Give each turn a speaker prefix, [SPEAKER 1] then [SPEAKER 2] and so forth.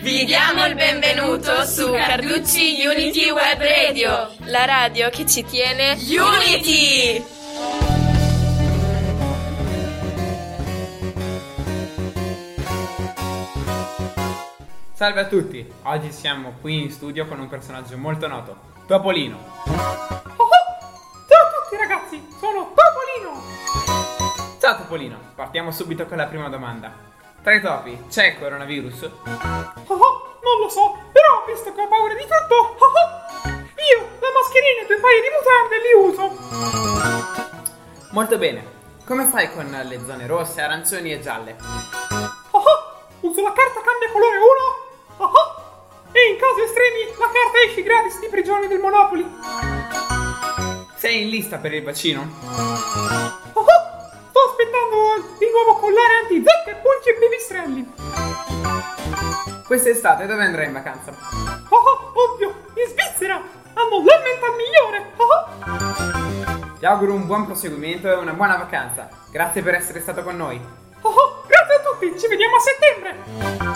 [SPEAKER 1] Vi diamo il benvenuto su Carducci Unity Web Radio,
[SPEAKER 2] la radio che ci tiene
[SPEAKER 1] Unity!
[SPEAKER 3] Salve a tutti, oggi siamo qui in studio con un personaggio molto noto, Topolino. Oh, oh! Ciao a tutti ragazzi, sono Topolino! Ciao Topolino, partiamo subito con la prima domanda. Tra i topi c'è il coronavirus?
[SPEAKER 4] Oh, oh, non lo so, però visto che ho paura di tutto, oh, oh, io la mascherina e due paio di mutande li uso.
[SPEAKER 3] Molto bene, come fai con le zone rosse, arancioni e gialle?
[SPEAKER 4] Oh, oh, uso la carta cambia colore 1. Oh, oh, e in caso estremi la carta esce gratis di prigione del Monopoli.
[SPEAKER 3] Sei in lista per il vaccino?
[SPEAKER 4] Oh, oh, sto aspettando il nuovo collare anti zecche, pulci e pipistrelli.
[SPEAKER 3] Quest'estate dove andrai in vacanza?
[SPEAKER 4] Oh, oh, ovvio, in Svizzera hanno l'emmental migliore. Oh, oh.
[SPEAKER 3] Ti auguro un buon proseguimento e una buona vacanza. Grazie per essere stato con noi.
[SPEAKER 4] Oh, oh, grazie a tutti, ci vediamo a settembre!